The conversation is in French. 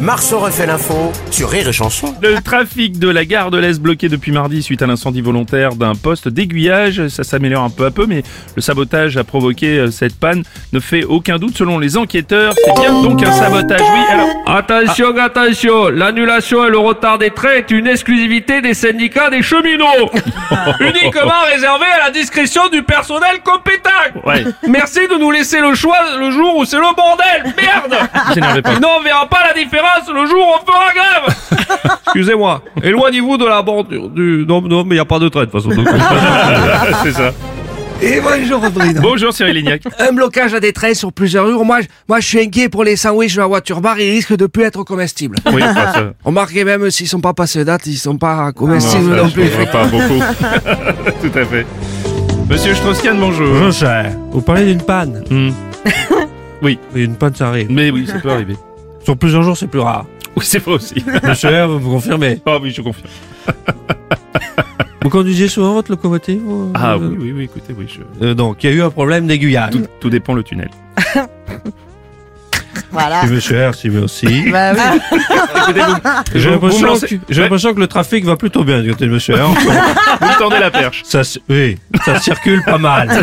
Marceau refait l'info sur Rire et Chanson. Le trafic de la gare de l'Est bloqué depuis mardi suite à l'incendie volontaire d'un poste d'aiguillage, ça s'améliore un peu à peu, mais le sabotage a provoqué euh, cette panne ne fait aucun doute selon les enquêteurs. C'est bien donc un sabotage, oui. Alors, Attention, attention, l'annulation et le retard des trains est une exclusivité des syndicats des cheminots. Uniquement réservée à la discrétion du personnel compétent. ah, Ouais. Merci de nous laisser le choix le jour où c'est le bordel. Merde vous énervez pas. Sinon on verra pas la différence le jour où on fera grève. Excusez-moi, éloignez-vous de la bordure du... Non, non, mais il a pas de train de toute façon. donc. C'est ça. Et bonjour Bruno. Bonjour Cyril Lignac. Un blocage à des trains sur plusieurs jours. Moi, je- moi, je suis inquiet pour les sandwichs de la voiture bar. Ils risquent de plus être comestibles. Oui, enfin, ça- Remarquez même s'ils sont pas passés date, ils sont pas non, comestibles ça, non je plus. comprends pas beaucoup. Tout à fait. Monsieur Strauss-Kahn, bonjour. Vous parlez d'une panne. Hmm. Oui. une panne, ça arrive. Mais oui, ça peut arriver. Hmm. Sur plusieurs jours, c'est plus rare. Oui, c'est vrai aussi. Monsieur R, vous me confirmez. Ah oui, je confirme. Vous conduisez souvent votre locomotive vous, Ah euh, oui, oui, oui, écoutez, oui, je- euh, donc, il y a eu un problème d'aiguillage. tout, tout dépend le tunnel. Voilà. Et monsieur R, s'y met aussi. Bah oui. Écoutez, vous, J'ai vous- vous me l'impression lancez- que, j'ai Ouais, l'impression que le trafic va plutôt bien du côté de monsieur R. vous me tendez la perche. Ça, c- oui, ça circule pas mal.